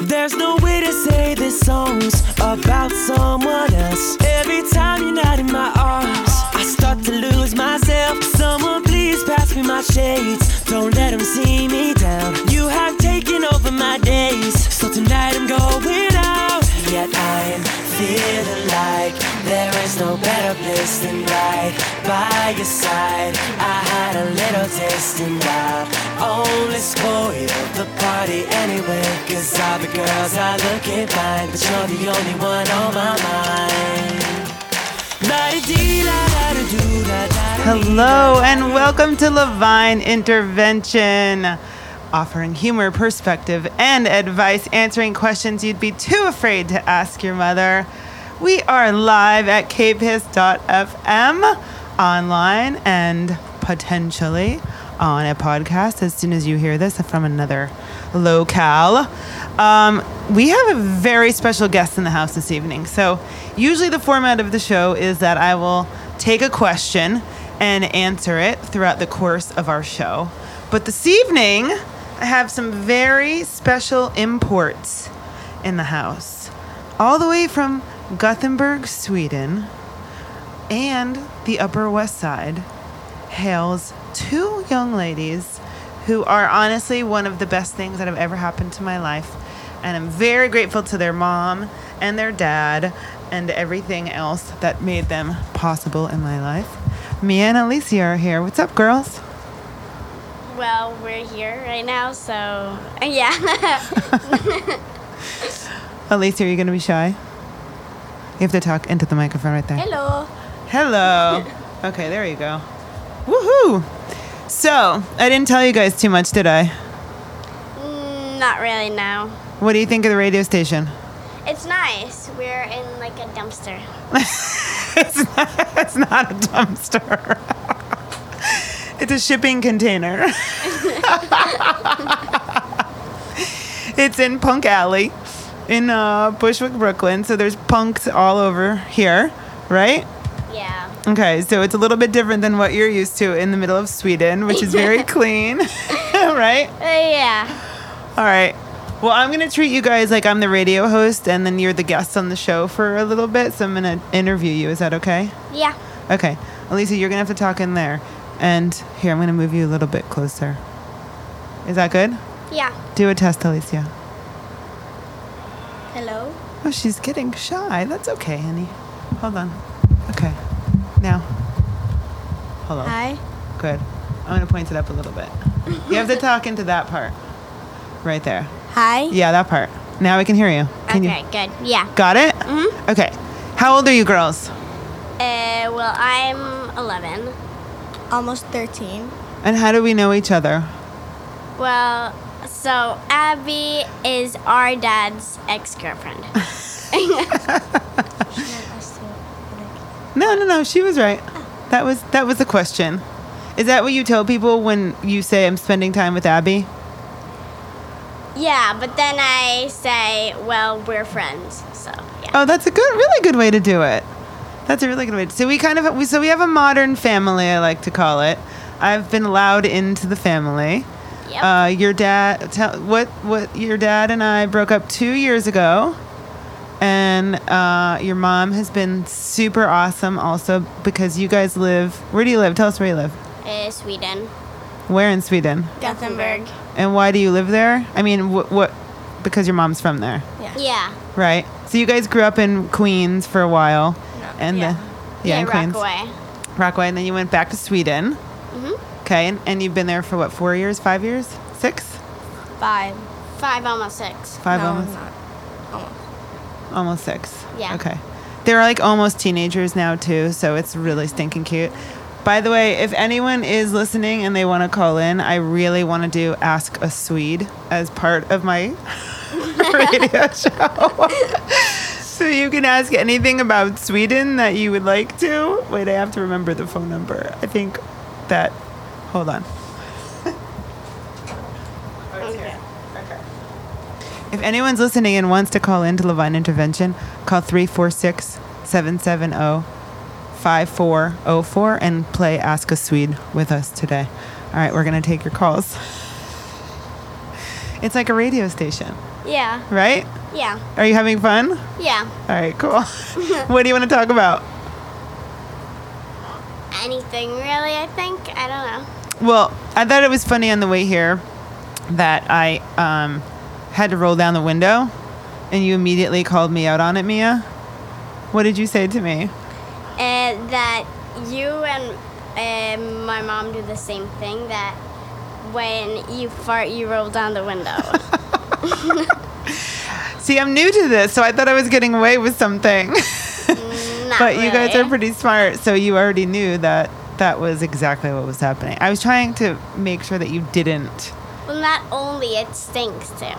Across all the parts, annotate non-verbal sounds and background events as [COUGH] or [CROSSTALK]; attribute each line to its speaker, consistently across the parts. Speaker 1: There's no way to say this song's about someone else. Every time you're not in my arms, I start to lose myself. Someone please pass me my shades. Don't let them see me down. You have taken over my days. So tonight I'm going out. Yet I am feeling like there is no better place than right by your side. I had a little taste and I only spoiled the party anyway. Cause all the girls are looking fine, but you're the only one on my mind.
Speaker 2: Hello and welcome to Levine Intervention, offering humor, perspective, and advice, answering questions you'd be too afraid to ask your mother. We are live at kpiss.fm, online and potentially on a podcast as soon as you hear this from another locale. Um, we have a very special guest in the house this evening. So, usually the format of the show is that I will take a question and answer it throughout the course of our show. But this evening, I have some very special imports in the house, all the way from Gothenburg, Sweden, and the Upper West Side hails two young ladies who are honestly one of the best things that have ever happened to my life. And I'm very grateful to their mom and their dad and everything else that made them possible in my life. Mia and Alicia are here. What's up, girls?
Speaker 3: Well, we're here right now, so [LAUGHS] uh, yeah.
Speaker 2: Alicia, are you going to be shy? You have to talk into the microphone right there.
Speaker 3: Hello.
Speaker 2: Hello. Okay, there you go. Woohoo! So, I didn't tell you guys too much, did I?
Speaker 3: Mm, not really now.
Speaker 2: What do you think of the radio station?
Speaker 3: It's nice. We're in like a dumpster.
Speaker 2: it's, not, it's not a dumpster. it's a shipping container. it's in Punk Alley in uh, Bushwick, Brooklyn. So there's punks all over here, right?
Speaker 3: Yeah.
Speaker 2: Okay, so it's a little bit different than what you're used to in the middle of Sweden, which is very clean, [LAUGHS] right?
Speaker 3: Uh, yeah.
Speaker 2: All right. Well, I'm going to treat you guys like I'm the radio host and then you're the guest on the show for a little bit. So I'm going to interview you. Is that okay?
Speaker 3: Yeah.
Speaker 2: Okay. Elisa, you're going to have to talk in there. And here, I'm going to move you a little bit closer. Is that good?
Speaker 3: Yeah.
Speaker 2: Do a test, Alicia.
Speaker 3: Hello.
Speaker 2: Oh, she's getting shy. That's okay, honey. Hold on. Okay. Now. Hello.
Speaker 3: Hi.
Speaker 2: Good. I'm going to point it up a little bit. You have to talk into that part. Right there.
Speaker 3: Hi.
Speaker 2: Yeah, that part. Now we can hear you. Can
Speaker 3: okay.
Speaker 2: you?
Speaker 3: Good. Yeah.
Speaker 2: Got it?
Speaker 3: Mhm.
Speaker 2: Okay. How old are you girls?
Speaker 3: Uh, well, I'm 11.
Speaker 4: almost 13.
Speaker 2: And how do we know each other?
Speaker 3: Well, so Abby is our dad's
Speaker 2: [LAUGHS]
Speaker 3: ex-girlfriend. [LAUGHS]
Speaker 2: No, no, no. She was right. That was that was the question. Is that what you tell people when you say I'm spending time with Abby?
Speaker 3: yeah, but then I say, well, we're friends. So yeah.
Speaker 2: Oh, that's a good, really good way to do it. That's a really good way. To, so we kind of we, so we have a modern family, I like to call it. I've been allowed into the family.
Speaker 3: Yep.
Speaker 2: Uh, your dad, tell, what what your dad and I broke up two years ago, and uh, your mom has been super awesome also because you guys live. Where do you live? Tell us where you live.
Speaker 3: Uh, Sweden.
Speaker 2: Where in Sweden?
Speaker 4: Gothenburg.
Speaker 2: And why do you live there? I mean, what? what because your mom's from there,
Speaker 4: Yeah.
Speaker 3: Yeah.
Speaker 2: right? So you guys grew up in Queens for a while, and
Speaker 4: Yeah.
Speaker 2: the, yeah, in Queens,
Speaker 3: Rockaway.
Speaker 2: Rockaway, and then you went back to Sweden.
Speaker 3: Mhm.
Speaker 2: Okay, and, and you've been there for what? Four years? Five years? Six?
Speaker 4: Five.
Speaker 3: Five almost six.
Speaker 2: Five
Speaker 4: no,
Speaker 2: almost?
Speaker 4: not. Almost.
Speaker 2: Almost six.
Speaker 3: Yeah.
Speaker 2: Okay. They're like almost teenagers now too, so it's really stinking cute. By the way, if anyone is listening and they want to call in, I really want to do Ask a Swede as part of my [LAUGHS] radio show. so you can ask anything about Sweden that you would like to. Wait, I have to remember the phone number. I think that. Hold on. Oh, it's here. Okay. If anyone's listening and wants to call into Levine Intervention, call 346 770 5404 and play Ask a Swede with us today. All right, we're going to take your calls. It's like a radio station.
Speaker 3: Yeah.
Speaker 2: right?
Speaker 3: Yeah.
Speaker 2: Are you having fun? All
Speaker 3: Yeah.
Speaker 2: right, cool. what do you want to talk about?
Speaker 3: Anything really, I think. I don't know.
Speaker 2: Well, I thought it was funny on the way here that I um, had to roll down the window and you immediately called me out on it, Mia. What did you say to me?
Speaker 3: Uh, that you and uh, my mom do the same thing that when you fart, you roll down
Speaker 2: [LAUGHS]
Speaker 3: the window.
Speaker 2: See, I'm new to this, so I thought I was getting away with something. [LAUGHS]
Speaker 3: Not
Speaker 2: but you guys
Speaker 3: really.
Speaker 2: are pretty smart, so you already knew that that was exactly what was happening. I was trying to make sure that you didn't.
Speaker 3: Well, not only it stinks too.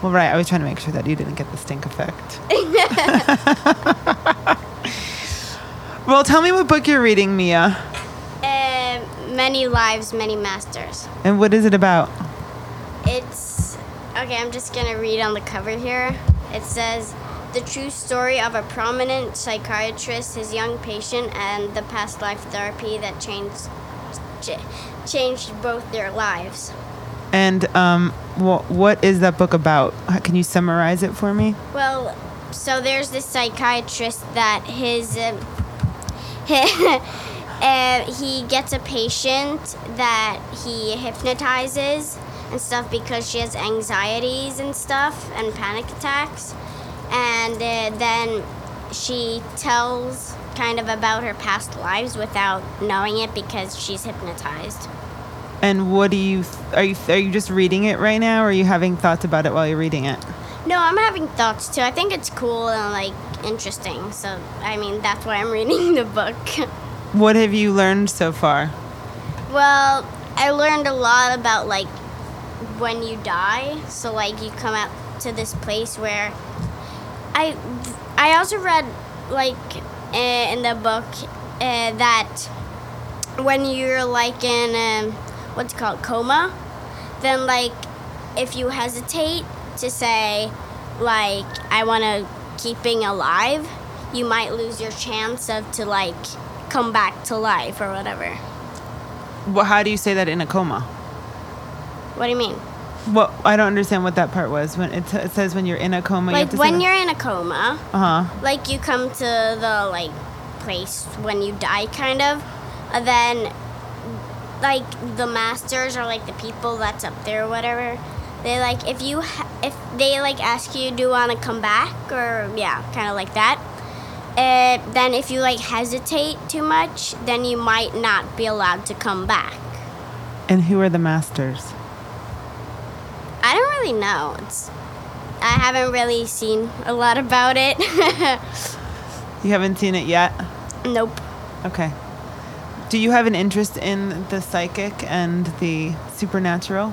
Speaker 2: Well, right, I was trying to make sure that you didn't get the stink effect. [LAUGHS] well, tell me what book you're reading, Mia,
Speaker 3: Uh, many lives, many masters.
Speaker 2: and what is it about?
Speaker 3: It's okay. I'm just gonna read on the cover here. It says the true story of a prominent psychiatrist, his young patient, and the past life therapy that changed ch- changed both their lives.
Speaker 2: And um, wha what is that book about? How- Can you summarize it for me?
Speaker 3: Well, so there's this psychiatrist that his. Um, [LAUGHS] Uh, he gets a patient that he hypnotizes and stuff because she has anxieties and stuff and panic attacks. And uh, then she tells kind of about her past lives without knowing it because she's hypnotized.
Speaker 2: And what do you th- are you are you just reading it right now, or are you having thoughts about it while you're reading it?
Speaker 3: No, I'm having thoughts too. I think it's cool and like interesting. So, I mean, that's why I'm reading [LAUGHS] the book.
Speaker 2: What have you learned so far?
Speaker 3: Well, I learned a lot about like when you die. So like you come out to this place where I I also read like uh, in the book uh, that when you're like in um, what's it called coma, then like if you hesitate to say like I want to keep being alive, you might lose your chance of to like come back to life or whatever.
Speaker 2: Well, how do you say that in a coma?
Speaker 3: What do you mean?
Speaker 2: Well, I don't understand what that part was. When it, t- it says when you're in a coma,
Speaker 3: like when you're in a coma,
Speaker 2: uh huh.
Speaker 3: like you come to the like place when you die, kind of, and then like the masters or like the people that's up there or whatever. They like if you ha- if they like ask you do you want to come back or yeah, kind of like that. Uh, then if you like hesitate too much, then you might not be allowed to come back.
Speaker 2: And who are the masters?
Speaker 3: I don't really know. It's I haven't really seen a lot about it. [LAUGHS]
Speaker 2: You haven't seen it yet.
Speaker 3: nope.
Speaker 2: Okay. Do you have an interest in the psychic and the supernatural?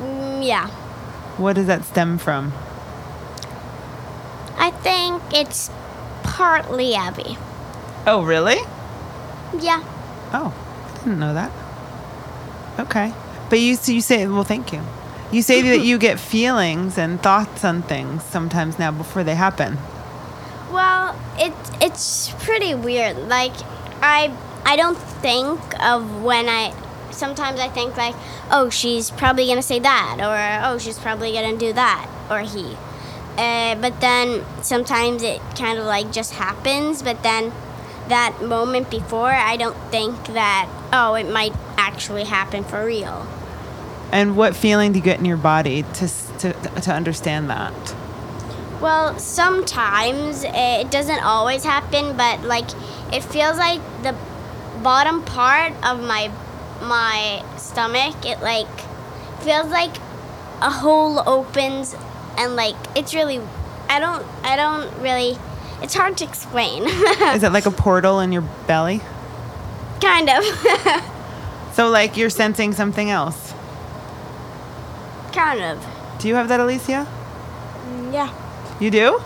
Speaker 3: Mm, yeah.
Speaker 2: What does that stem from?
Speaker 3: I think it's partly Abby.
Speaker 2: Oh, really?
Speaker 3: Yeah.
Speaker 2: Oh, I didn't know that. Okay. But you so you say well, thank you. You say [LAUGHS] that you get feelings and thoughts on things sometimes now before they happen.
Speaker 3: Well, it it's pretty weird. Like I I don't think of when I sometimes I think like, "Oh, she's probably going to say that," or "Oh, she's probably going to do that," or he. Uh, but then sometimes it kind of like just happens, but then that moment before, I don't think that, "Oh, it might actually happen for real."
Speaker 2: And what feeling do you get in your body to s- to to understand that?
Speaker 3: Well, sometimes eh, it doesn't always happen, but like it feels like the bottom part of my my stomach, it like feels like a hole opens and like it's really I don't I don't really it's hard to explain. [LAUGHS]
Speaker 2: Is it like a portal in your belly?
Speaker 3: kind of. [LAUGHS]
Speaker 2: So like you're sensing something else.
Speaker 3: kind of.
Speaker 2: Do you have that, Alicia?
Speaker 4: Yeah.
Speaker 2: You do?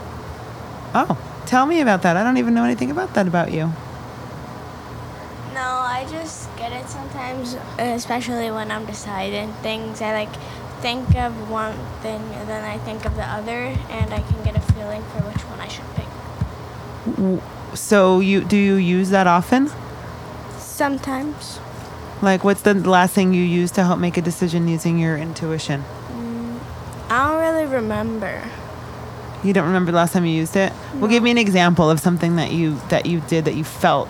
Speaker 2: Oh, tell me about that. I don't even know anything about that about you.
Speaker 4: No, I just get it sometimes, especially when I'm deciding things. I like think of one thing and then I think of the other, and I can get a feeling for which one I should pick.
Speaker 2: So you do you use that often?
Speaker 4: Sometimes
Speaker 2: Like what's the last thing you use to help make a decision using your intuition?
Speaker 4: I don't really really remember.
Speaker 2: You don't remember the last time you used it? Well, give me an example of something that you that you did that you felt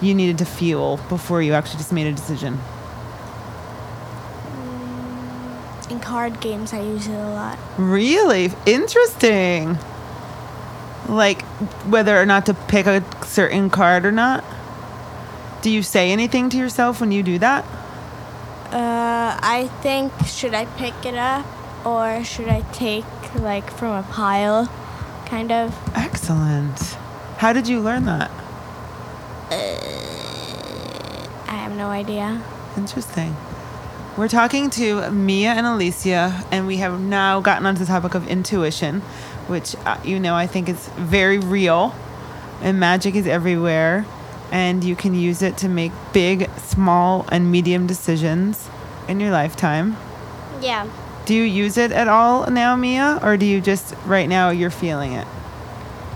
Speaker 2: you needed to fuel before you actually just made a decision.
Speaker 4: In card games, I use it a lot.
Speaker 2: Really interesting. Like whether or not to pick a certain card or not. Do you say anything to yourself when you do that?
Speaker 4: Uh, I think should I pick it up or should I take like from a pile, kind of.
Speaker 2: Excellent. How did you learn that?
Speaker 4: I have no idea.
Speaker 2: Interesting. We're talking to Mia and Alicia, and we have now gotten onto the topic of intuition, which, uh, you know, I think is very real, and magic is everywhere, and you can use it to make big, small, and medium decisions in your lifetime.
Speaker 3: Yeah.
Speaker 2: Do you use it at all now, Mia, or do you just right now you're feeling it?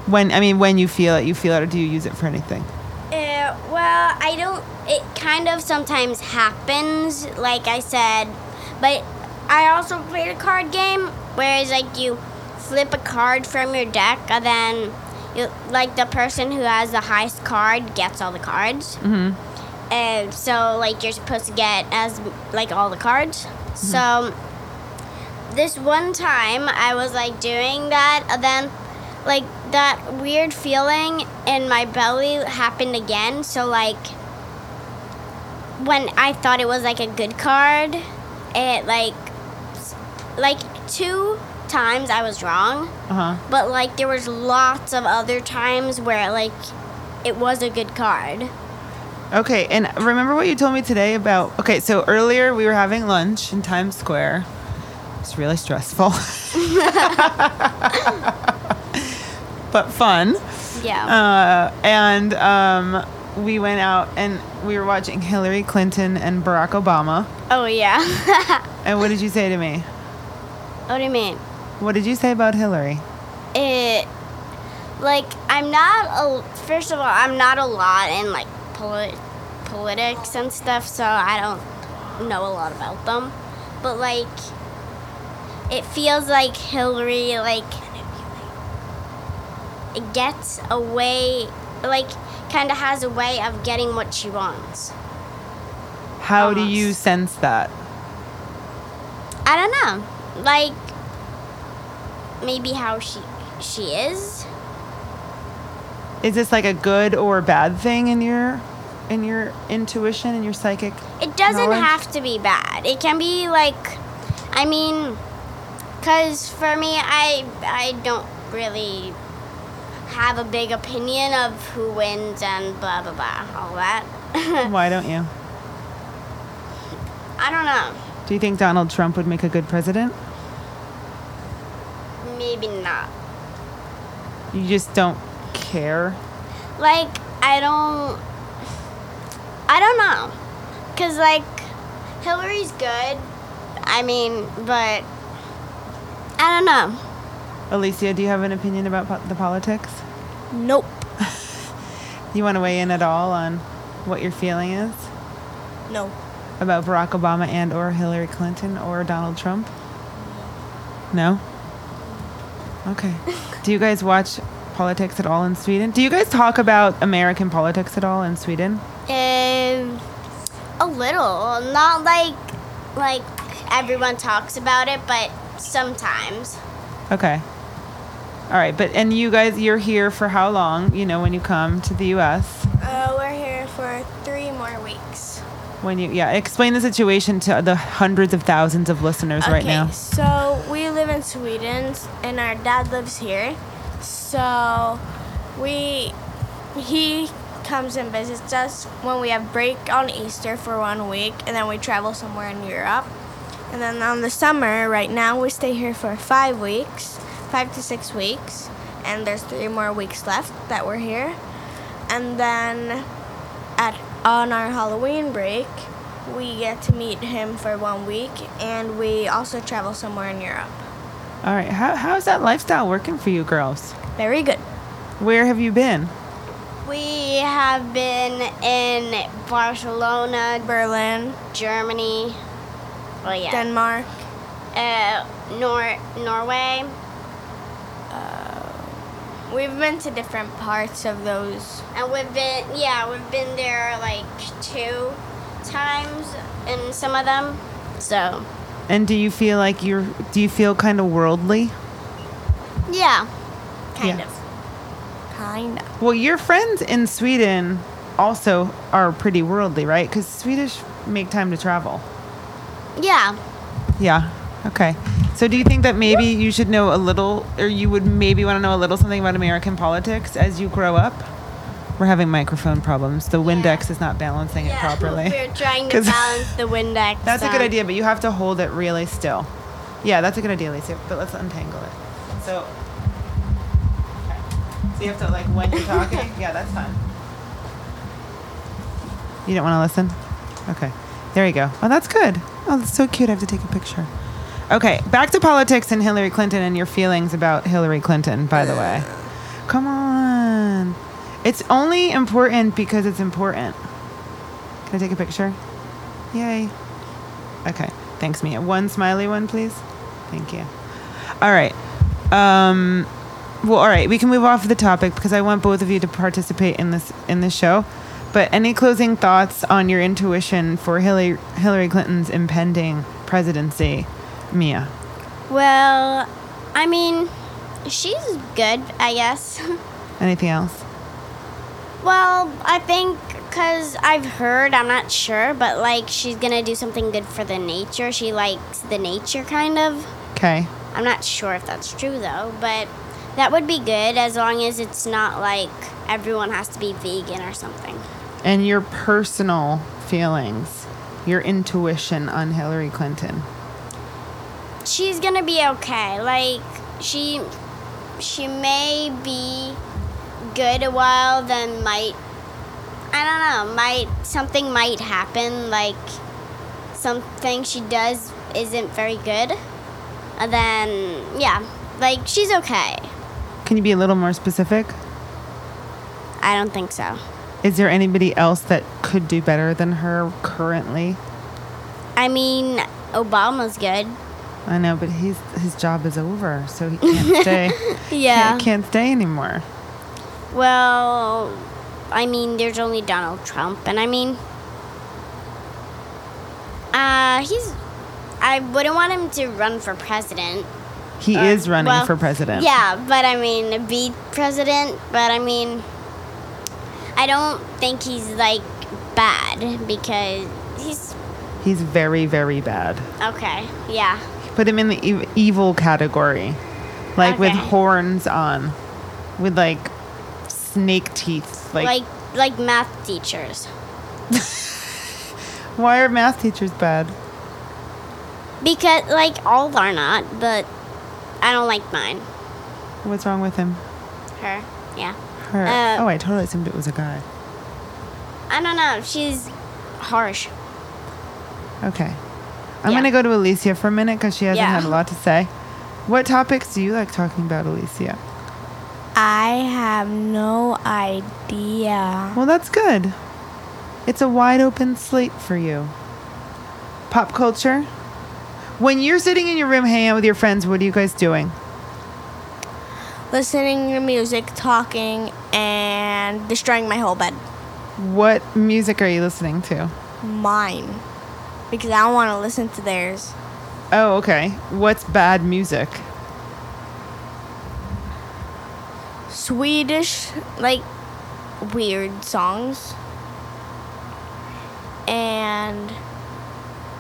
Speaker 2: When I mean, when you feel it, you feel it, or do you use it for anything?
Speaker 3: Uh, well, I don't. It kind of sometimes happens, like I said, but I also played a card game, whereas like you flip a card from your deck, and then you like the person who has the highest card gets all the cards. Mm-hmm. And so like you're supposed to get as like all the cards. So this one time I was like doing that, and then like that weird feeling in my belly happened again. So like when I thought it was like a good card, it like s- like two times I was wrong,
Speaker 2: Uh huh.
Speaker 3: but like there was lots of other times where like it was a good card.
Speaker 2: Okay, and remember what you told me today about. Okay, so earlier we were having lunch in Times Square. It's really stressful, [LAUGHS] but fun.
Speaker 3: Yeah.
Speaker 2: Uh, and um, we went out and we were watching Hillary Clinton and Barack Obama.
Speaker 3: oh yeah. [LAUGHS]
Speaker 2: And what did you say to me?
Speaker 3: what do you mean?
Speaker 2: What did you say about Hillary?
Speaker 3: it like I'm not a first of all I'm not a lot in like poli- politics and stuff, so I don't know a lot about them. But like it feels like Hillary like it gets a way like kind of has a way of getting what she wants.
Speaker 2: How do
Speaker 3: Almost.
Speaker 2: you sense that?
Speaker 3: I don't know. Like maybe how she she is.
Speaker 2: Is this like a good or bad thing in your in your intuition and your psychic?
Speaker 3: It doesn't
Speaker 2: knowledge?
Speaker 3: have to be bad. It can be like, I mean, because for me, I I don't really have a big opinion of who wins and blah blah blah all that. [LAUGHS]
Speaker 2: Why don't you?
Speaker 3: I don't know.
Speaker 2: Do you think Donald Trump would make a good president?
Speaker 3: Maybe not.
Speaker 2: You just don't care.
Speaker 3: Like I don't. I don't know, cause like Hillary's good. I mean, but I don't know.
Speaker 2: Alicia, do you have an opinion about po- the politics?
Speaker 4: Nope.
Speaker 2: You want to weigh in at all on what your feeling is
Speaker 4: No.
Speaker 2: about Barack Obama and or Hillary Clinton or Donald Trump? No. Okay. Do you guys watch politics at all in Sweden? Do you guys talk about American politics at all in Sweden?
Speaker 3: Um, a little. Not like like everyone talks about it, but sometimes.
Speaker 2: Okay. All right, but and you guys you're here for how long, you know, when you come to the US?
Speaker 4: Uh, we're here for three more weeks.
Speaker 2: When you yeah, explain the situation to the hundreds of thousands of listeners right now.
Speaker 4: So we live in Sweden, and our dad lives here. So we he comes and visits us when we have break on Easter for one week, and then we travel somewhere in Europe. And then on the summer, right now we stay here for five weeks, five to six weeks, and there's three more weeks left that we're here. And then at on our Halloween break, we get to meet him for one week, and we also travel somewhere in Europe.
Speaker 2: All right. How, how is that lifestyle working for you girls?
Speaker 4: Very good.
Speaker 2: Where have you been?
Speaker 3: We have been in Barcelona,
Speaker 4: Berlin,
Speaker 3: Germany. Oh yeah.
Speaker 4: Denmark,
Speaker 3: uh, Nor- Norway.
Speaker 4: Uh, We've been to different parts of those.
Speaker 3: And we've been, yeah, we've been there like two times in some of them. So,
Speaker 2: And do you feel like you're? Do you feel kind of worldly?
Speaker 3: yeah.
Speaker 4: Kind
Speaker 2: Yeah.
Speaker 4: of. Kind of.
Speaker 2: Well, your friends in Sweden also are pretty worldly, right? Because Swedish make time to travel.
Speaker 3: Yeah.
Speaker 2: Yeah. Okay. So do you think that maybe you should know a little, or you would maybe want to know a little something about American politics as you grow up? We're having microphone problems. The Windex is not balancing it
Speaker 3: [LAUGHS]
Speaker 2: properly.
Speaker 3: We're trying
Speaker 2: [LAUGHS]
Speaker 3: to
Speaker 2: 'Cause-
Speaker 3: balance the
Speaker 2: [LAUGHS]
Speaker 3: Windex.
Speaker 2: That's a good
Speaker 3: on.
Speaker 2: idea, but you have to hold it really still. Yeah, that's a good idea, Lisa. But let's untangle it. So, okay. so you have to like when you're talking. yeah, that's fine. You don't want to listen. Okay, there you go. Oh, that's good. Oh, that's so cute. I have to take a picture. Okay, back to politics and Hillary Clinton and your feelings about Hillary Clinton. By the way, come on. It's only important because it's important. Can I take a picture? Yay. Okay. Thanks, Mia. One smiley one, please. Thank you. All right. Um, well, all right. We can move off the topic because I want both of you to participate in this in this show. But any closing thoughts on your intuition for Hillary Hillary Clinton's impending presidency, Mia?
Speaker 3: Well, I mean, she's good, I guess. [LAUGHS]
Speaker 2: Anything else?
Speaker 3: Well, I think because I've heard, I'm not sure, but like she's gonna do something good for the nature. She likes the nature, kind of.
Speaker 2: Okay.
Speaker 3: I'm not sure if that's true though, but that would be good as long as it's not like everyone has to be vegan or something.
Speaker 2: And your personal feelings, your intuition on Hillary Clinton.
Speaker 3: She's gonna be okay. Like she, she may be good a while, then might. I don't know. Might something might happen. Like something she does isn't very good, and then yeah, like she's okay.
Speaker 2: Can you be a little more specific?
Speaker 3: I don't think so.
Speaker 2: Is there anybody else that could do better than her currently?
Speaker 3: I mean, Obama's good.
Speaker 2: I know, but he's his job is over, so he can't stay.
Speaker 3: [LAUGHS] Yeah.
Speaker 2: can't, can't stay anymore.
Speaker 3: Well, I mean, there's only Donald Trump, and I mean, uh, he's. I wouldn't want him to run for president.
Speaker 2: He
Speaker 3: Uh,
Speaker 2: is running
Speaker 3: well,
Speaker 2: for president.
Speaker 3: Yeah, but I mean, be president. But I mean, I don't think he's like bad because he's
Speaker 2: he's very, very bad.
Speaker 3: okay. Yeah,
Speaker 2: Put him in the ev- evil category, like with
Speaker 3: Okay.
Speaker 2: horns on, with like snake teeth. Like,
Speaker 3: like like math teachers
Speaker 2: why are math teachers bad?
Speaker 3: because like all are not, but I don't like mine.
Speaker 2: What's wrong with him?
Speaker 3: Her, yeah.
Speaker 2: Her.
Speaker 3: Uh,
Speaker 2: oh, I totally assumed it was a guy.
Speaker 3: I don't know. She's harsh.
Speaker 2: Okay. I'm
Speaker 3: Yeah.
Speaker 2: going to go to Alicia for a minute because she hasn't
Speaker 3: Yeah.
Speaker 2: had a lot to say. What topics do you like talking about, Alicia?
Speaker 4: I have no idea.
Speaker 2: Well, that's good. It's a wide open slate for you. Pop culture. When you're sitting in your room hanging out with your friends, what are you guys doing?
Speaker 4: Listening to music, talking, and destroying my whole bed.
Speaker 2: What music are you listening to?
Speaker 4: Mine. Because I don't want to listen to theirs.
Speaker 2: Oh, okay. What's bad music?
Speaker 4: Swedish, like, weird songs. And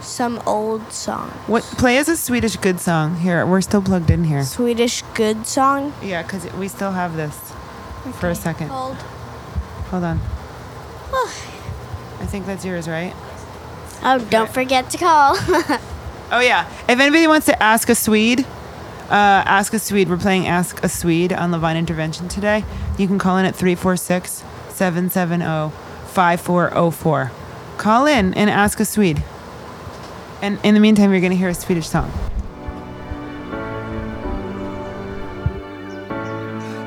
Speaker 4: some old songs.
Speaker 2: What play is a Swedish good song? Here, we're still plugged in here.
Speaker 4: Swedish good song.
Speaker 2: Yeah, cuz we still have this for a second.
Speaker 4: Called
Speaker 2: Hold on. I think that's yours, right?
Speaker 3: Oh, don't forget to
Speaker 4: [LAUGHS]
Speaker 3: call.
Speaker 2: Oh yeah. If anybody wants to ask a Swede, uh, ask a Swede. We're playing Ask a Swede on Levine Intervention today. You can call in at oh, 346-770-5404. Call in and ask a Swede. And in the meantime, you're going to hear a Swedish song.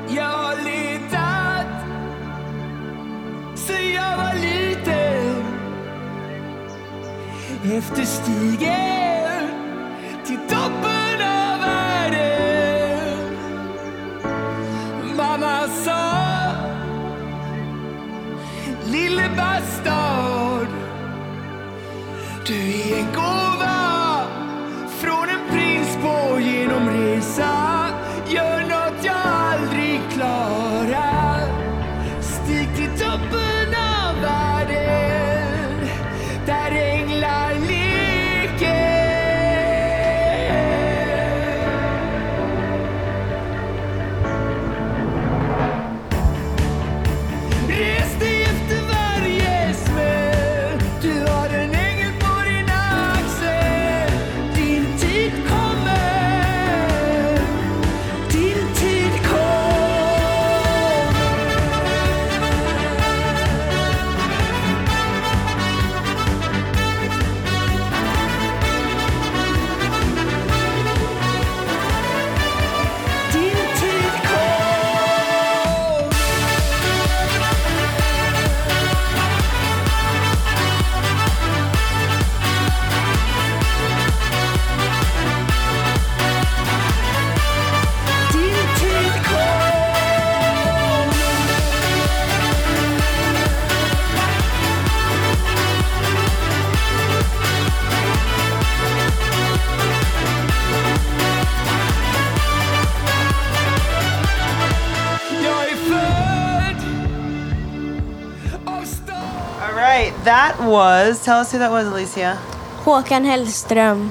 Speaker 1: Jag har letat sen jag var liten Efter stigen till toppen Du är en gåva från en prins på genomresa Gör något jag aldrig klarar Stig till toppen av världen där änglar leker Res dig efter varje smäll Du har en ängel på din axel Din tid kommer Din tid kommer Din tid kommer Din tid kommer Jag är född av stål
Speaker 2: All right, that was. Tell us who that was, Alicia.
Speaker 4: Håkan Hellström.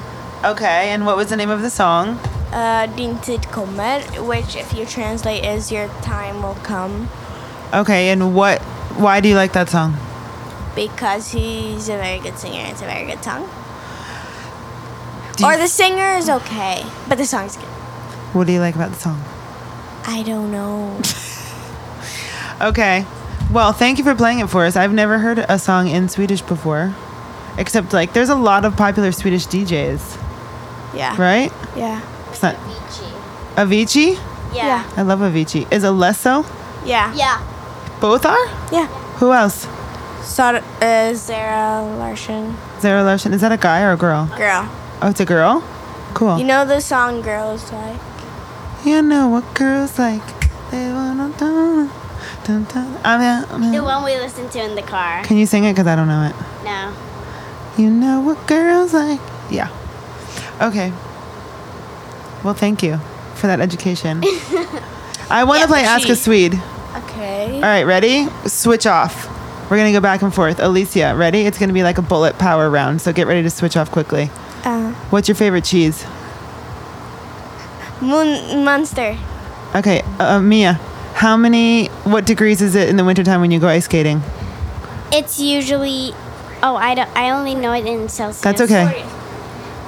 Speaker 2: Okay, and what was the name of the song?
Speaker 4: Uh, din tid kommer, which if you translate is your time will come,
Speaker 2: Okay, and what? Why do you like that song?
Speaker 4: because he's a very good singer. It's a very good song.
Speaker 2: Do
Speaker 4: or
Speaker 2: you-
Speaker 4: the singer is okay, but the song's good.
Speaker 2: What do you like about the song?
Speaker 4: I don't [LAUGHS] know.
Speaker 2: Okay. Well, thank you for playing it for us. I've never heard a song in Swedish before, except like there's a lot of popular Swedish DJs,
Speaker 4: Yeah.
Speaker 2: right?
Speaker 4: Yeah.
Speaker 2: It's not Avicii.
Speaker 3: Yeah.
Speaker 2: I love Avicii. Is Alesso?
Speaker 4: Yeah.
Speaker 3: Yeah.
Speaker 2: Both are.
Speaker 4: Yeah.
Speaker 2: Who else?
Speaker 4: Sod- uh, Zara Larson.
Speaker 2: Zara Larsson. Is that a guy or a girl?
Speaker 4: Girl.
Speaker 2: Oh, it's a girl. Cool.
Speaker 4: You know the song Girls Like?
Speaker 2: You know what girls like. They wanna dun, dun, dun. I'm out, I'm
Speaker 3: The
Speaker 2: out.
Speaker 3: one we listened to in the car.
Speaker 2: Can you sing it? Cause I don't know it.
Speaker 3: No.
Speaker 2: You know what girls like. Yeah. Okay. Well, thank you for that
Speaker 3: [LAUGHS]
Speaker 2: education. I want to
Speaker 3: Yeah,
Speaker 2: play
Speaker 3: but
Speaker 2: Ask
Speaker 3: she-
Speaker 2: a Swede.
Speaker 4: Okay.
Speaker 2: All right, ready? Switch off. We're gonna go back and forth. Alicia, ready? It's gonna be like a bullet power round. So get ready to switch off quickly.
Speaker 4: Uh,
Speaker 2: What's your favorite cheese?
Speaker 4: Moon Monster.
Speaker 2: Okay, uh, Mia, how many? What degrees is it in the wintertime when you go ice skating?
Speaker 3: It's usually. Oh, I, don't, I only know it in Celsius.
Speaker 2: That's okay.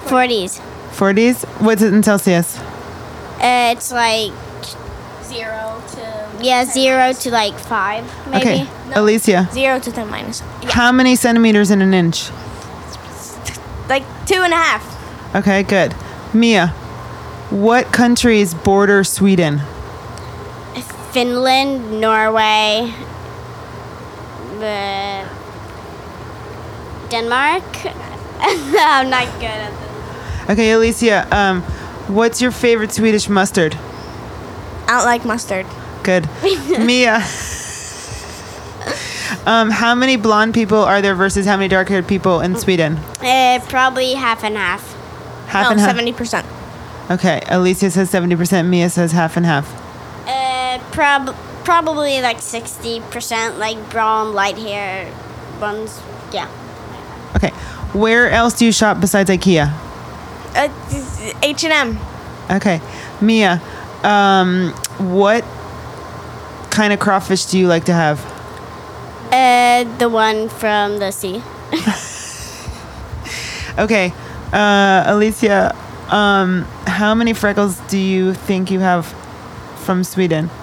Speaker 3: 40s.
Speaker 2: 40s. What's it in Celsius?
Speaker 3: Uh, it's like
Speaker 4: Zero to.
Speaker 3: yeah, zero to like five, maybe.
Speaker 2: Okay, Alicia,
Speaker 4: Zero to ten minus.
Speaker 2: how many centimeters in an inch?
Speaker 4: Like two and a half.
Speaker 2: Okay, good. Mia, what countries border Sweden?
Speaker 3: Finland, Norway, the Denmark. [LAUGHS] I'm not good at this.
Speaker 2: Okay, Alicia, um, what's your favorite Swedish mustard?
Speaker 4: I don't like mustard. [LAUGHS]
Speaker 2: Good. Mia, um, how many blonde people are there versus how many dark haired people in Sweden?
Speaker 3: Uh, probably half and half.
Speaker 2: Half
Speaker 4: no,
Speaker 2: and half.
Speaker 4: seventy percent.
Speaker 2: Okay, Alicia says 70%, Mia says half and half.
Speaker 3: Uh, prob- probably like sixty percent, like brown, light hair ones. Yeah.
Speaker 2: Okay. Where else do you shop besides IKEA?
Speaker 4: Uh, H and M.
Speaker 2: Okay. Mia, um, what kind of crawfish do you like to have?
Speaker 3: Uh, the one from the sea.
Speaker 2: Okay. Uh, Alicia, um, how many freckles do you think you have from Sweden? [LAUGHS]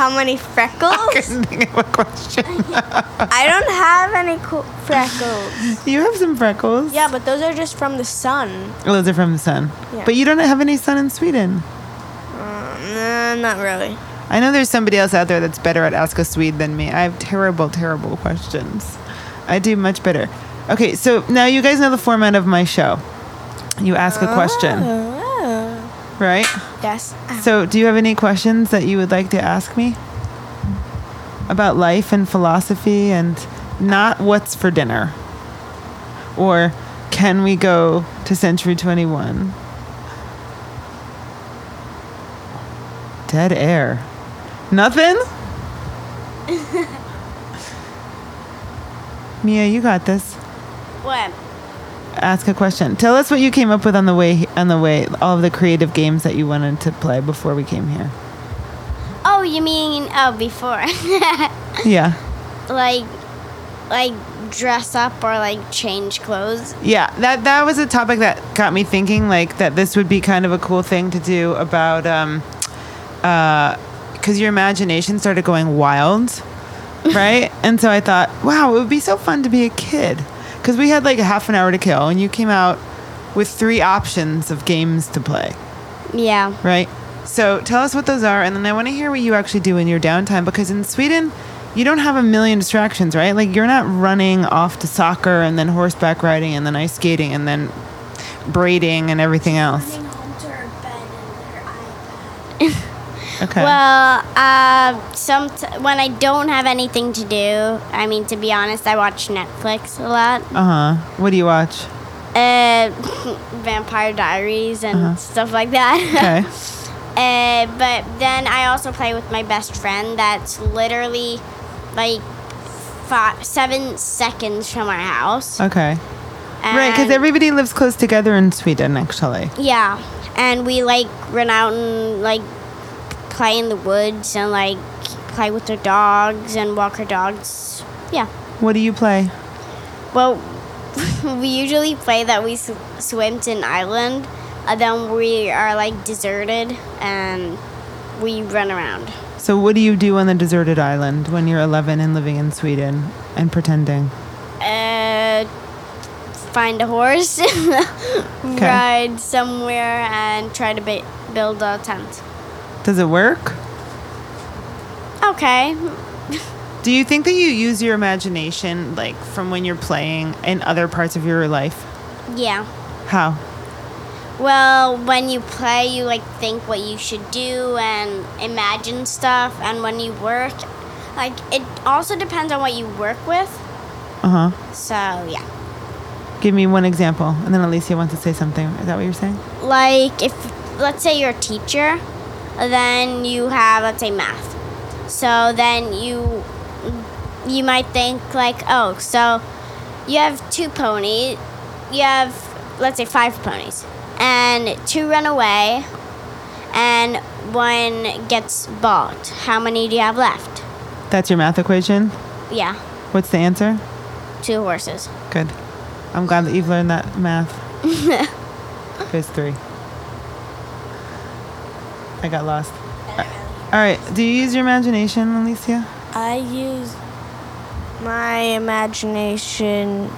Speaker 4: How many freckles?
Speaker 2: Couldn't think of a question.
Speaker 4: I don't have any co- freckles.
Speaker 2: You have some freckles.
Speaker 4: [LAUGHS] yeah, but those are just from the sun.
Speaker 2: Oh, those are from the sun.
Speaker 4: Yeah.
Speaker 2: But you don't have any sun in Sweden.
Speaker 4: Uh, not really.
Speaker 2: I know there's somebody else out there that's better at Ask a Swede than me. I have terrible, terrible questions. I do much better. Okay, so now you guys know the format of my show. You ask a
Speaker 4: Ah.
Speaker 2: question,
Speaker 4: Oh.
Speaker 2: right?
Speaker 4: Yes.
Speaker 2: So, do you have any questions that you would like to ask me about life and philosophy and not what's for dinner or can we go to Century 21? Dead air. Nothing? Mia, you got this.
Speaker 3: What?
Speaker 2: Ask a question. Tell us what you came up with on the way on the way all of the creative games that you wanted to play before we came here.
Speaker 3: Oh, you mean oh before, [LAUGHS]
Speaker 2: Yeah.
Speaker 3: like, like dress up or like change clothes.
Speaker 2: Yeah, that that was a topic that got me thinking, like that this would be kind of a cool thing to do about, um, uh, because your imagination started going wild, right? and so I thought, wow, it would be so fun to be a kid, because we had like a half an hour to kill, and you came out with three options of games to play,
Speaker 3: Yeah.
Speaker 2: right? So tell us what those are, and then I want to hear what you actually do in your downtime, because in Sweden. You don't have a million distractions, right? Like you're not running off to soccer and then horseback riding and then ice skating and then braiding and everything else. Okay.
Speaker 3: Well, uh, some when I don't have anything to do, I mean, to be honest, I watch Netflix a lot,
Speaker 2: uh huh. What do you
Speaker 3: [LAUGHS]
Speaker 2: watch?
Speaker 3: uh, [LAUGHS] Vampire Diaries and stuff like that.
Speaker 2: Uh-huh. [LAUGHS] Okay.
Speaker 3: [LAUGHS] Uh, but then I also play with my best friend. That's literally like five, seven seconds from our house.
Speaker 2: Okay. Uh, Right, because
Speaker 3: And-
Speaker 2: everybody lives close together in Sweden, actually.
Speaker 3: Yeah, and we like run out and like play in the woods and like play with our dogs and walk our dogs. Yeah.
Speaker 2: What do you play?
Speaker 3: Well, [LAUGHS] we usually play that we sw- swim to an island, and then we are like deserted and we run around.
Speaker 2: So, what do you do on the deserted island when you're 11 and living in Sweden and pretending?
Speaker 3: Uh, find a horse, [LAUGHS] ride somewhere, and try to ba- build a tent.
Speaker 2: Does it work?
Speaker 3: Okay.
Speaker 2: Do you think that you use your imagination, like from when you're playing in other parts of your life?
Speaker 3: Yeah.
Speaker 2: How?
Speaker 3: Well, when you play, you like think what you should do and imagine stuff. And when you work, like it also depends on what you work with.
Speaker 2: Uh huh.
Speaker 3: So yeah.
Speaker 2: Give me one example, and then Alicia wants to say something. Is that what you're saying?
Speaker 3: like if let's say you're a teacher then you have let's say math so then you you might think like oh so you have two ponies you have let's say five ponies and two run away and one gets balked how many do you have left
Speaker 2: That's your math equation.
Speaker 3: yeah
Speaker 2: What's the answer?
Speaker 3: two horses
Speaker 2: Good. I'm glad that you've learned that math. There's three. I got lost. Uh, All right. Do you use your imagination, Alicia?
Speaker 4: I use my imagination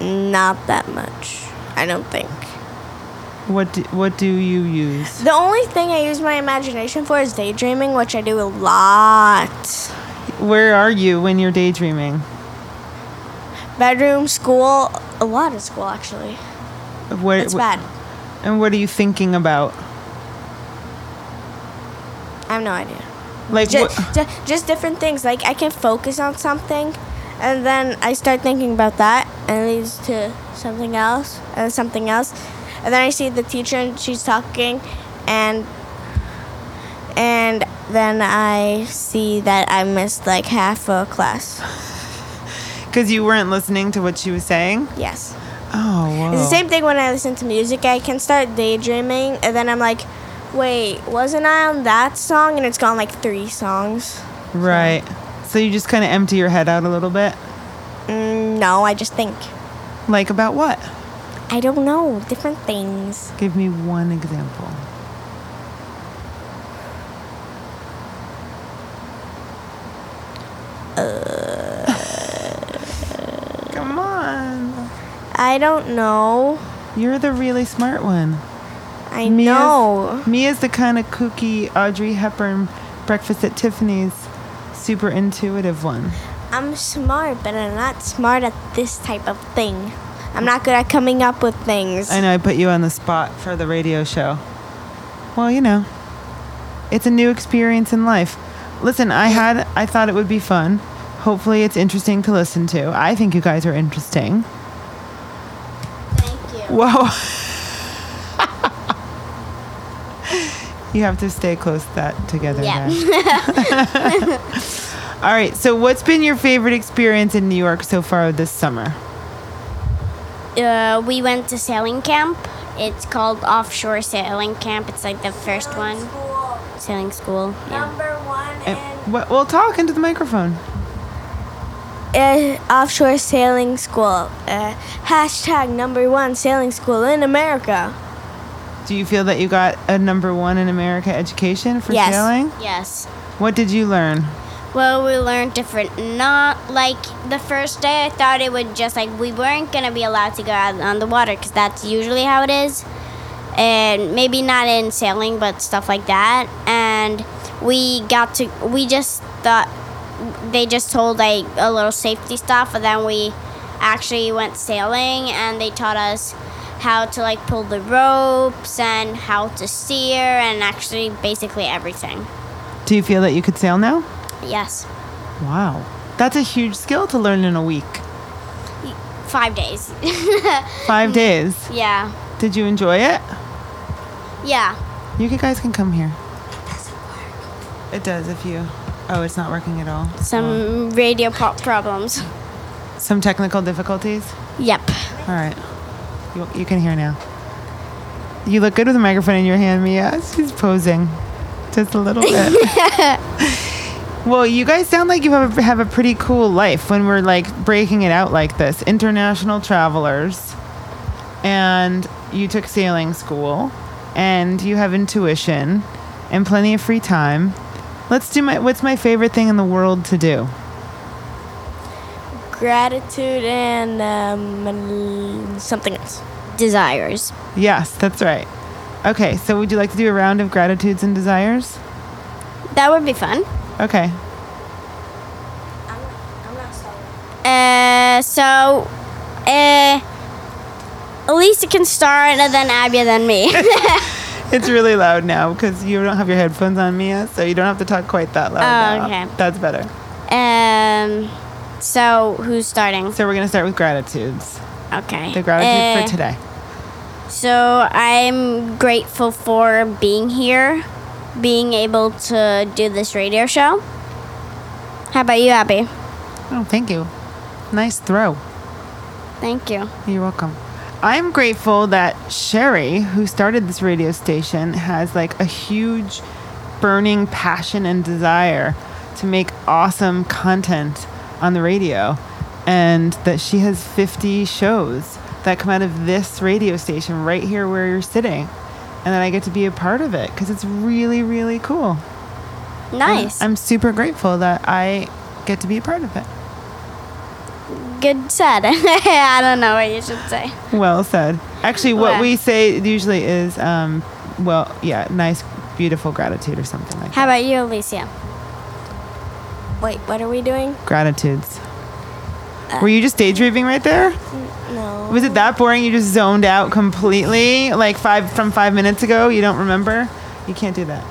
Speaker 4: not that much. I don't think.
Speaker 2: What do, What do you use?
Speaker 4: The only thing I use my imagination for is daydreaming, which I do a lot.
Speaker 2: Where are you when you're daydreaming?
Speaker 4: Bedroom, school, a lot of school actually.
Speaker 2: Where,
Speaker 4: It's bad.
Speaker 2: And what are you thinking about?
Speaker 4: I have no idea.
Speaker 2: Like
Speaker 4: Just,
Speaker 2: what?
Speaker 4: just, different things. Like I can focus on something, and then I start thinking about that, and it leads to something else, and something else, and then I see the teacher, and she's talking, and and then I see that I missed like half a class.
Speaker 2: Because you weren't listening to what she was saying.
Speaker 4: Yes.
Speaker 2: Oh. Whoa.
Speaker 4: It's the same thing when I listen to music. I can start daydreaming, and then I'm like, wait, wasn't I on that song? And it's gone like three songs.
Speaker 2: Right. So you just kind of empty your head out a little bit.
Speaker 4: Mm, no, I just think.
Speaker 2: Like about what?
Speaker 4: I don't know. Different things.
Speaker 2: Give me one example.
Speaker 4: Uh.
Speaker 2: Come on.
Speaker 4: I don't know.
Speaker 2: You're the really smart one.
Speaker 4: I know.
Speaker 2: Mia's the kind of kooky Audrey Hepburn breakfast at Tiffany's super intuitive one.
Speaker 4: I'm smart, but I'm not smart at this type of thing. I'm not good at coming up with things.
Speaker 2: I know I put you on the spot for the radio show. Well, you know, it's a new experience in life. Listen, I had I thought it would be fun. Hopefully, it's interesting to listen to. I think you guys are interesting. Whoa. you have to stay close that together.
Speaker 3: Yeah.
Speaker 2: there. All right. So, what's been your favorite experience in New York so far this summer?
Speaker 3: Uh, we went to sailing camp. It's called offshore sailing camp. It's like the first one.
Speaker 4: School
Speaker 3: Sailing school. Yeah.
Speaker 4: number one
Speaker 2: And
Speaker 4: and
Speaker 2: wh- well, talk into the microphone.
Speaker 4: uh, offshore sailing school. Uh, hashtag number one sailing school in America.
Speaker 2: Do you feel that you got a number one in America education for
Speaker 4: Yes.
Speaker 2: sailing?
Speaker 3: Yes.
Speaker 2: What did you learn?
Speaker 3: Well, we learned different. Not like the first day. I thought it would just like we weren't gonna be allowed to go out on the water because that's usually how it is, and maybe not in sailing, but stuff like that. And we got to. We just thought they just told like a little safety stuff, and then we actually went sailing, and they taught us how to like pull the ropes and how to steer and actually basically everything.
Speaker 2: Do you feel that you could sail now?
Speaker 3: Yes.
Speaker 2: Wow. That's a huge skill to learn in a week. [LAUGHS]
Speaker 3: Five days.
Speaker 2: Five days.
Speaker 3: yeah.
Speaker 2: Did you enjoy it?
Speaker 3: Yeah.
Speaker 2: You guys can come here. It does if you. Oh, it's not working at all. Oh.
Speaker 3: Some radio pop
Speaker 2: [LAUGHS]
Speaker 3: problems.
Speaker 2: Some technical difficulties.
Speaker 3: Yep.
Speaker 2: All right. You, you can hear now. You look good with a microphone in your hand, Mia. She's posing just a little bit. [LAUGHS] well, you guys sound like you have a, have a pretty cool life when we're like breaking it out like this. International travelers, and you took sailing school, and you have intuition and plenty of free time. Let's do my what's my favorite thing in the world to do?
Speaker 4: Gratitude and um, something else.
Speaker 3: Desires.
Speaker 2: Yes, that's right. Okay, so would you like to do a round of gratitudes and desires?
Speaker 3: That would be fun.
Speaker 2: Okay.
Speaker 3: Uh, so, uh, Elisa can start and then Abby and
Speaker 2: [LAUGHS]
Speaker 3: then me. [LAUGHS]
Speaker 2: It's really loud now because you don't have your headphones on, Mia, so you don't have to talk quite that loud.
Speaker 3: Oh,
Speaker 2: now.
Speaker 3: okay.
Speaker 2: That's better.
Speaker 3: um, so who's starting?
Speaker 2: So we're going to start with gratitudes.
Speaker 3: Okay.
Speaker 2: The gratitude
Speaker 3: Uh,
Speaker 2: for today.
Speaker 3: So I'm grateful for being here, being able to do this radio show. How about you, Abby?
Speaker 2: Oh, thank you. Nice throw.
Speaker 3: Thank you.
Speaker 2: You're welcome. I'm grateful that Sherry, who started this radio station, has like a huge burning passion and desire to make awesome content on the radio, and that she has 50 shows that come out of this radio station right here where you're sitting, and that I get to be a part of it because it's really, really cool. And
Speaker 3: Nice.
Speaker 2: I'm super grateful that I get to be a part of it.
Speaker 3: Good said. [LAUGHS] I don't know what you should say.
Speaker 2: Well said. Actually, what
Speaker 3: Wow.
Speaker 2: we say usually is, um, well, yeah, nice, beautiful gratitude or something like
Speaker 3: How about you, Alicia?
Speaker 4: Wait, what are we doing?
Speaker 2: that. Gratitudes. Were you just daydreaming right there?
Speaker 4: No.
Speaker 2: Was it that boring? You just zoned out completely, like five from five minutes ago. You don't remember? You can't do that.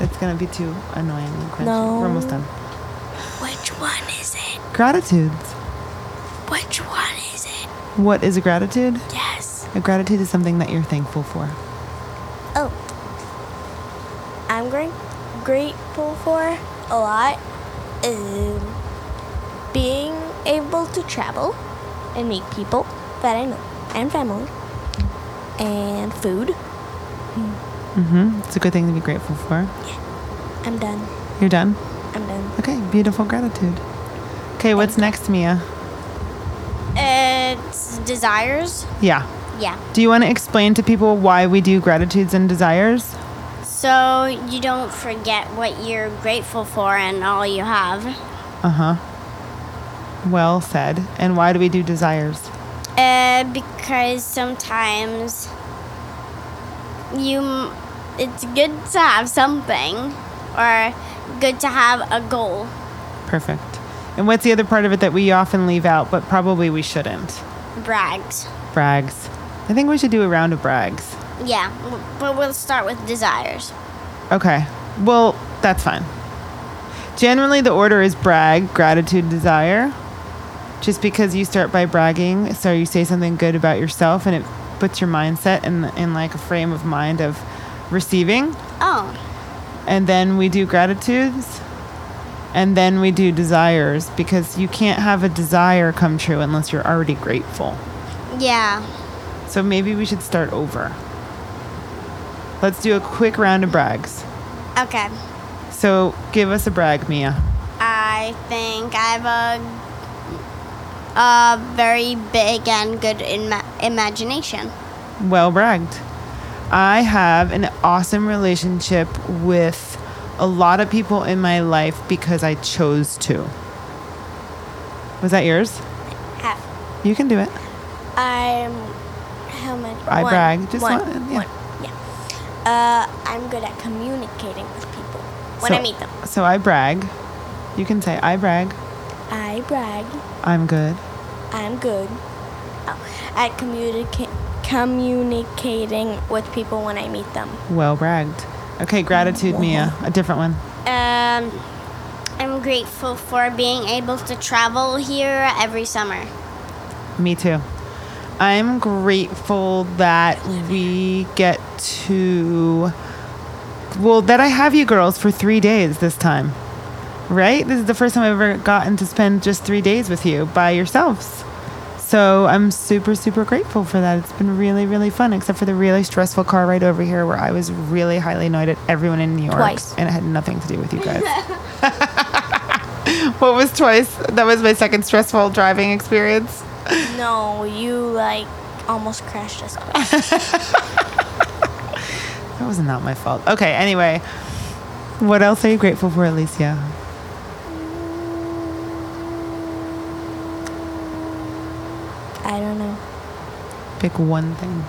Speaker 2: That's gonna be too annoying. and crunchy.
Speaker 4: No.
Speaker 2: We're almost done.
Speaker 4: Which one is it?
Speaker 2: Gratitudes.
Speaker 4: Which one is it?
Speaker 2: What is a gratitude?
Speaker 4: Yes.
Speaker 2: A gratitude is something that you're thankful for.
Speaker 4: Oh. I'm great, grateful for a lot. Um, being able to travel and meet people that I know and family and food.
Speaker 2: Mm-hmm. It's a good thing to be grateful for.
Speaker 4: I'm done.
Speaker 2: You're done.
Speaker 4: I'm done.
Speaker 2: Okay, beautiful gratitude. Okay, what's next, Mia?
Speaker 3: It's desires.
Speaker 2: Yeah.
Speaker 3: Yeah.
Speaker 2: Do you want to explain to people why we do gratitudes and desires?
Speaker 3: So you don't forget what you're grateful for and all you have.
Speaker 2: Uh huh. Well said. And why do we do desires?
Speaker 3: Uh, because sometimes you, m- it's good to have something, or good to have a goal.
Speaker 2: Perfect. And what's the other part of it that we often leave out, but probably we shouldn't?
Speaker 3: Brags.
Speaker 2: Brags. I think we should do a round of brags.
Speaker 3: Yeah, w- but we'll start with desires.
Speaker 2: Okay. Well, that's fine. Generally, the order is brag, gratitude, desire. just because you start by bragging, so you say something good about yourself, and it puts your mindset in in like a frame of mind of receiving,
Speaker 3: Oh,
Speaker 2: and then we do gratitudes, and then we do desires because you can't have a desire come true unless you're already grateful.
Speaker 3: yeah.
Speaker 2: So maybe we should start over. Let's do a quick round of brags.
Speaker 3: Okay.
Speaker 2: So give us a brag, Mia.
Speaker 3: I think I have a a very big and good ima- imagination.
Speaker 2: Well bragged. I have an awesome relationship with a lot of people in my life because I chose to. Was that yours?
Speaker 3: Have
Speaker 2: You can do it.
Speaker 4: I'm how many?
Speaker 2: I
Speaker 4: one,
Speaker 2: brag, just
Speaker 4: one,
Speaker 2: one, yeah.
Speaker 4: one, yeah. Uh, I'm good at communicating with people when I
Speaker 2: So-
Speaker 4: meet them.
Speaker 2: So I brag. You can say I brag.
Speaker 4: I brag.
Speaker 2: I'm good.
Speaker 4: I'm good oh, at communica- communicating with people when I meet [LAUGHS] them.
Speaker 2: Well bragged. Okay, gratitude, Mia. A different one.
Speaker 3: Um, I'm grateful for being able to travel here every summer.
Speaker 2: Me too. I'm grateful that we get to, well, that I have you girls for three days this time, right? This is the first time I've ever gotten to spend just three days with you by yourselves. So I'm super, super grateful for that. It's been really, really fun, except for the really stressful car ride over here where I was really highly annoyed at everyone in New York.
Speaker 4: Twice.
Speaker 2: And it had nothing to do with you guys. [LAUGHS] what was twice? That was my second stressful driving experience.
Speaker 4: No, you like almost crashed us. [LAUGHS]
Speaker 2: That was not my fault. Okay, anyway. What else are you grateful for, Alicia?
Speaker 4: I don't know.
Speaker 2: Pick one thing.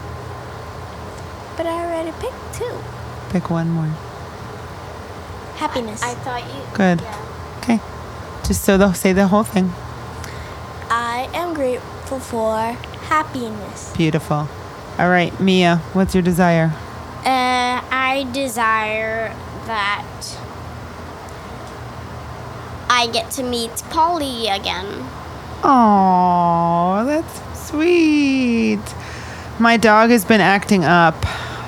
Speaker 4: But I already picked two.
Speaker 2: Pick one more.
Speaker 4: Happiness.
Speaker 3: I
Speaker 4: I,
Speaker 3: thought you.
Speaker 2: Good. Okay. Just so the say the whole thing.
Speaker 4: I am grateful for happiness.
Speaker 2: Beautiful. All right, Mia, what's your desire?
Speaker 3: Uh, I desire
Speaker 4: [LAUGHS]
Speaker 3: that I get to meet Polly again.
Speaker 2: Oh, that's sweet. My dog has been acting up,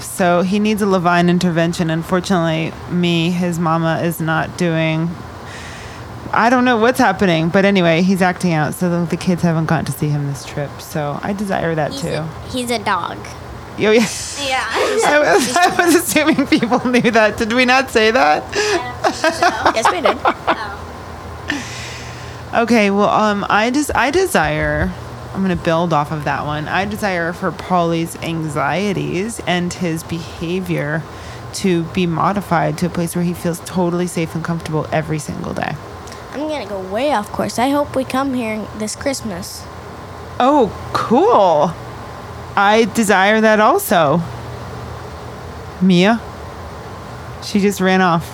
Speaker 2: so he needs a Levine intervention. Unfortunately, me, his mama, is not doing. I don't know what's happening, but anyway, he's acting out, so the, the kids haven't gotten to see him this trip. So I desire that
Speaker 3: He's
Speaker 2: too.
Speaker 3: a, he's a dog.
Speaker 2: Yo,
Speaker 3: [LAUGHS]
Speaker 2: yeah. [LAUGHS]
Speaker 3: Yeah.
Speaker 2: I was, I was assuming people knew that. Did we not say that?
Speaker 4: yes, we did.
Speaker 2: Okay, well, um, I just I desire. I'm gonna build off of that one. I desire for Paulie's anxieties and his behavior to be modified to a place where he feels totally safe and comfortable every single day.
Speaker 4: I'm gonna go way off course. I hope we come here this Christmas.
Speaker 2: Oh, cool! I desire that also. Mia, she just ran off.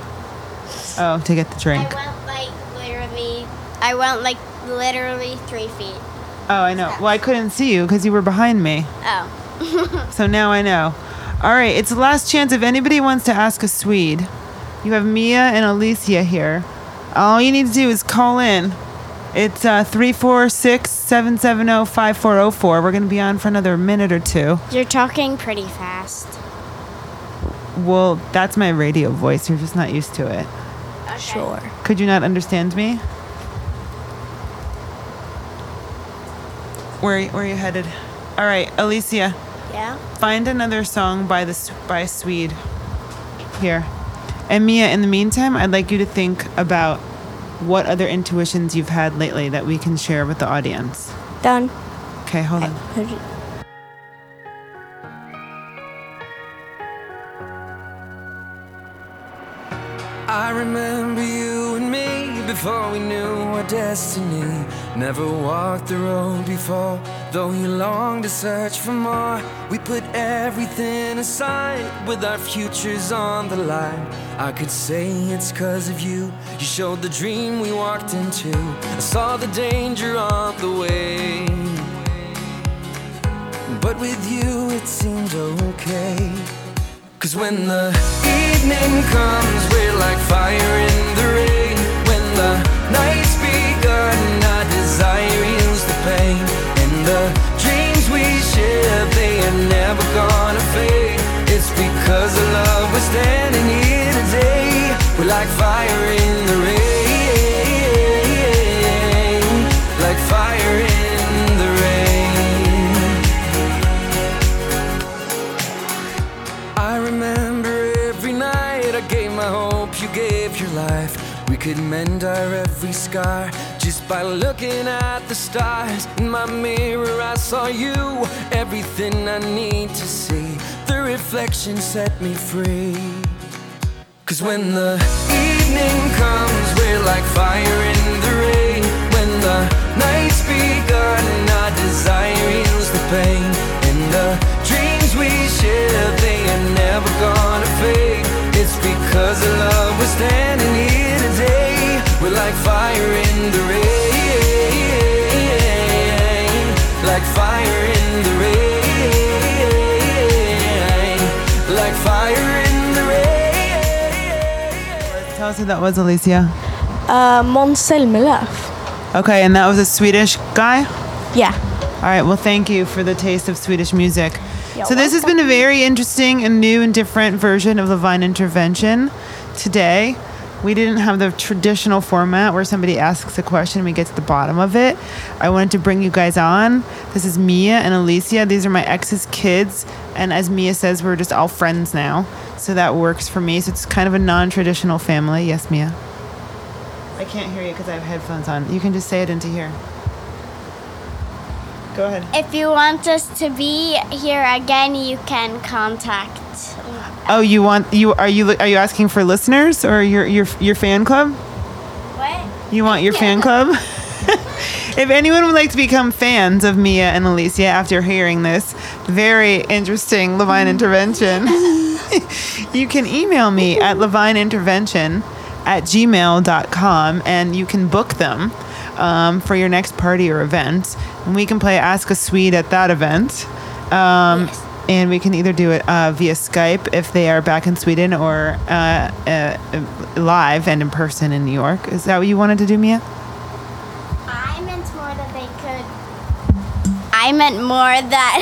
Speaker 2: Oh, to get the
Speaker 3: I
Speaker 2: drink.
Speaker 3: went like literally. I went like literally three feet.
Speaker 2: Oh, I know. Well, I couldn't see you because you were behind me.
Speaker 3: Oh.
Speaker 2: So now I know. All right, it's the last chance if anybody wants to ask a Swede. You have Mia and Alicia here. All you need to do is call in. It's uh, 346 770 5404. We're going to be on for another minute or two.
Speaker 3: You're talking pretty fast.
Speaker 2: Well, that's my radio voice. You're just not used to it.
Speaker 4: Sure.
Speaker 2: Could you not understand me? Where, where are you headed? All right, Alicia.
Speaker 4: Yeah.
Speaker 2: find another song by the S- by Swede here. And Mia, in the meantime, I'd like you to think about what other intuitions you've had lately that we can share with the audience.
Speaker 4: Done.
Speaker 2: Okay, hold on.
Speaker 1: I remember you and me before we knew our destiny. Never walked the road before, though you longed to search for more. We put everything aside with our futures on the line. I could say it's cause of you. You showed the dream we walked into. I saw the danger on the way. But with you, it seemed okay. Cause when the evening comes, we're like fire in the rain. When the night's begun, our desire yields to could mend our every scar just by looking at the stars. In my mirror, I saw you, everything I need to see. The reflection set me free. Cause when the evening comes, we're like fire in the rain. When the night's begun, our desire heals the pain. And the dreams we share, they are never gonna fade. It's because of love we're standing here today. We're like fire in the rain. Like fire in the rain. Like fire in the rain.
Speaker 2: Tell us who that was, Alicia.
Speaker 4: Uh, Måns Zelmerlöw.
Speaker 2: Okay, and that was a Swedish guy?
Speaker 4: Yeah.
Speaker 2: All right. Well, thank you for the taste of Swedish music.
Speaker 4: You're
Speaker 2: so this has been a very interesting and new and different version of the Vine intervention today. We didn't have the traditional format where somebody asks a question and we get to the bottom of it. I wanted to bring you guys on. This is Mia and Alicia. These are my ex's kids. And as Mia says, we're just all friends now. So that works for me. So it's kind of a non traditional family. Yes, Mia? I can't hear you because I have headphones on. You can just say it into here. Go ahead.
Speaker 3: If you want us to be here again, you can contact.
Speaker 2: Oh, you want you are you are you asking for listeners or your your your fan club?
Speaker 3: What?
Speaker 2: You want your fan club? [LAUGHS] if anyone would like to become fans of Mia and Alicia after hearing this very interesting Levine intervention, [LAUGHS] you can email me at levineintervention at gmail.com and you can book them um, for your next party or event. And we can play Ask a Swede at that event. Um, And we can either do it uh, via Skype if they are back in Sweden or uh, uh, uh, live and in person in New York. Is that what you wanted to do, Mia?
Speaker 3: I meant more that they could. I meant more that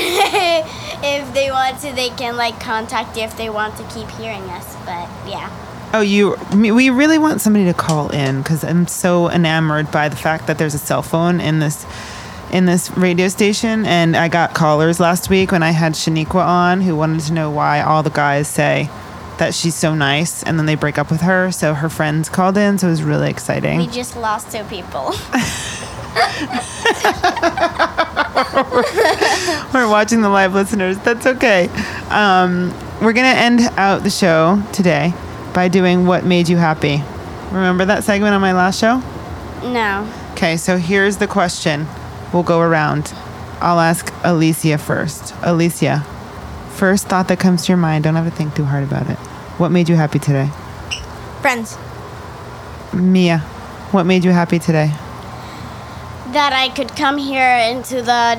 Speaker 3: [LAUGHS] if they want to, they can like contact you if they want to keep hearing us. But yeah,
Speaker 2: Oh, you. I mean, We really want somebody to call in because I'm so enamored by the fact that there's a cell phone in this in this radio station. And I got callers last week when I had Shaniqua on who wanted to know why all the guys say that she's so nice and then they break up with her. So her friends called in, so it was really
Speaker 3: we
Speaker 2: exciting.
Speaker 3: just lost two people. [LAUGHS]
Speaker 2: We're watching the live listeners. That's okay. Um, we're gonna end out the show today by doing what made you happy. Remember that segment on my last show?
Speaker 3: no.
Speaker 2: Okay, so here's the question. We'll go around. I'll ask Alicia first. Alicia, first thought that comes to your mind. Don't have to think too hard about it. What made you happy today?
Speaker 4: Friends.
Speaker 2: Mia, what made you happy today?
Speaker 3: That I could come here into the.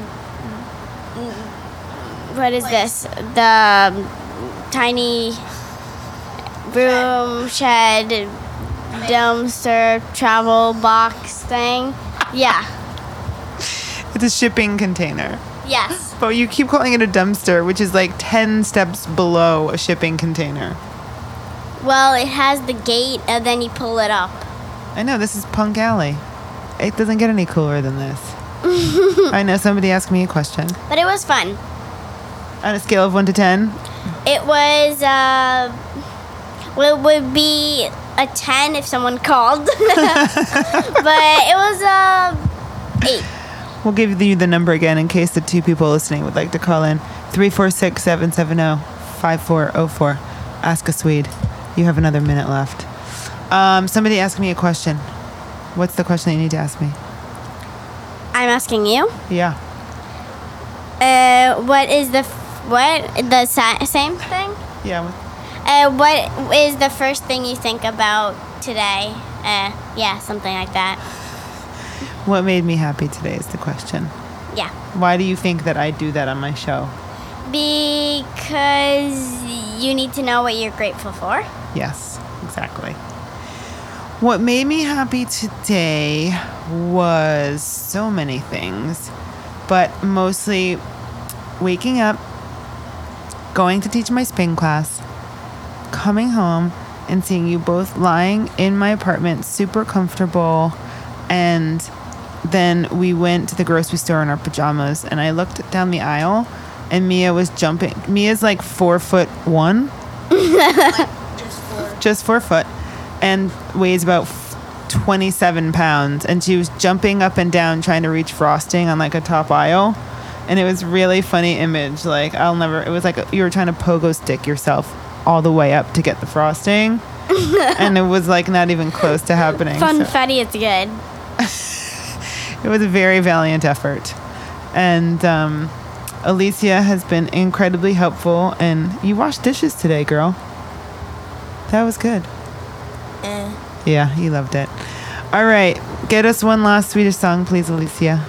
Speaker 3: What is this? The tiny room, shed, dumpster, travel box thing. Yeah.
Speaker 2: It's a shipping container.
Speaker 3: Yes.
Speaker 2: But you keep calling it a dumpster, which is like 10 steps below a shipping container.
Speaker 3: Well, it has the gate, and then you pull it up.
Speaker 2: I know, this is Punk Alley. It doesn't get any cooler than this. I know somebody asked me a question.
Speaker 3: But it was fun.
Speaker 2: On a scale of 1 to 10,
Speaker 3: It was, uh, well, it would be a 10 if someone called. [LAUGHS] but it was, uh, 8.
Speaker 2: We'll give you the number again in case the two people listening would like to call in. 346 770 5404. Ask a Swede. You have another minute left. Um, somebody asked me a question. What's the question that you need to ask me?
Speaker 3: I'm asking you.
Speaker 2: Yeah.
Speaker 3: Uh, what is the, f- what, the sa- same thing?
Speaker 2: Yeah.
Speaker 3: Uh, what is the first thing you think about today? Uh, yeah, something like that.
Speaker 2: What made me happy today is the question.
Speaker 3: Yeah.
Speaker 2: Why do you think that I do that on my show?
Speaker 3: Because you need to know what you're grateful for.
Speaker 2: Yes, exactly. What made me happy today was so many things, but mostly waking up, going to teach my spin class, coming home, and seeing you both lying in my apartment, super comfortable. And then we went to the grocery store in our pajamas, and I looked down the aisle, and Mia was jumping. Mia's like four foot one just four foot and weighs about f- 27 pounds and she was jumping up and down trying to reach frosting on like a top aisle. And it was really funny image. Like I'll never. It was like you were trying to pogo stick yourself all the way up to get the frosting, and it was like not even close to happening. so-
Speaker 3: Funfetti, it's good.
Speaker 2: it was a very valiant effort. And um, Alicia has been incredibly helpful. And you washed dishes today, girl. That was good. Yeah, you loved it. All right, get us one last Swedish song, please, Alicia.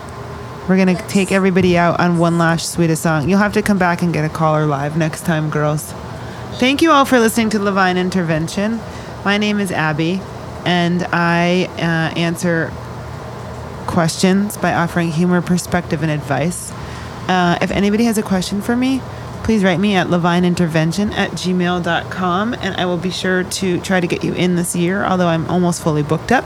Speaker 2: We're going to take everybody out on one last Swedish song. You'll have to come back and get a caller live next time, girls. Thank you all for listening to Levine Intervention. My name is Abby, and I uh, answer questions by offering humor, perspective, and advice. Uh, if anybody has a question for me, please write me at levineintervention at gmail.com and I will be sure to try to get you in this year, although I'm almost fully booked up.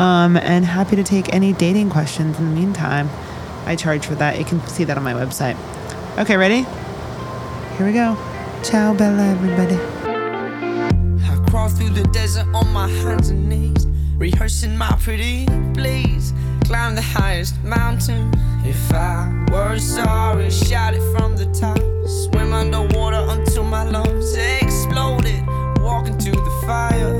Speaker 2: Um, and happy to take any dating questions in the meantime. I charge for that. You can see that on my website. Okay, ready? Here we go. Ciao, Bella, everybody.
Speaker 1: I crawl through the desert on my hands and knees, rehearsing my pretty please. Climb the highest mountain. If I were sorry, shout it from the top. Swim underwater until my lungs exploded. Walk into the fire.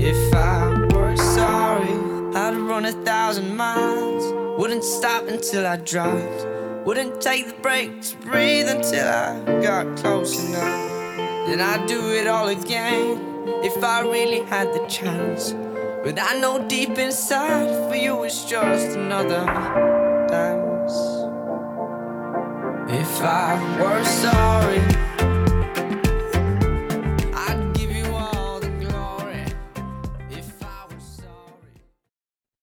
Speaker 1: If I were sorry, I'd run a thousand miles. Wouldn't stop until I dropped. Wouldn't take the break to breathe until I got close enough. Then I'd do it all again if I really had the chance. But I know deep inside for you it's just another dance. If I were sorry,